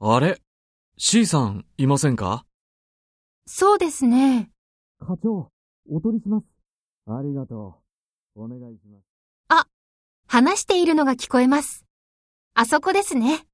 あれ ?C さん、いませんかそうですね。課長、お取りします。ありがとう。お願いします。話しているのが聞こえます。あそこですね。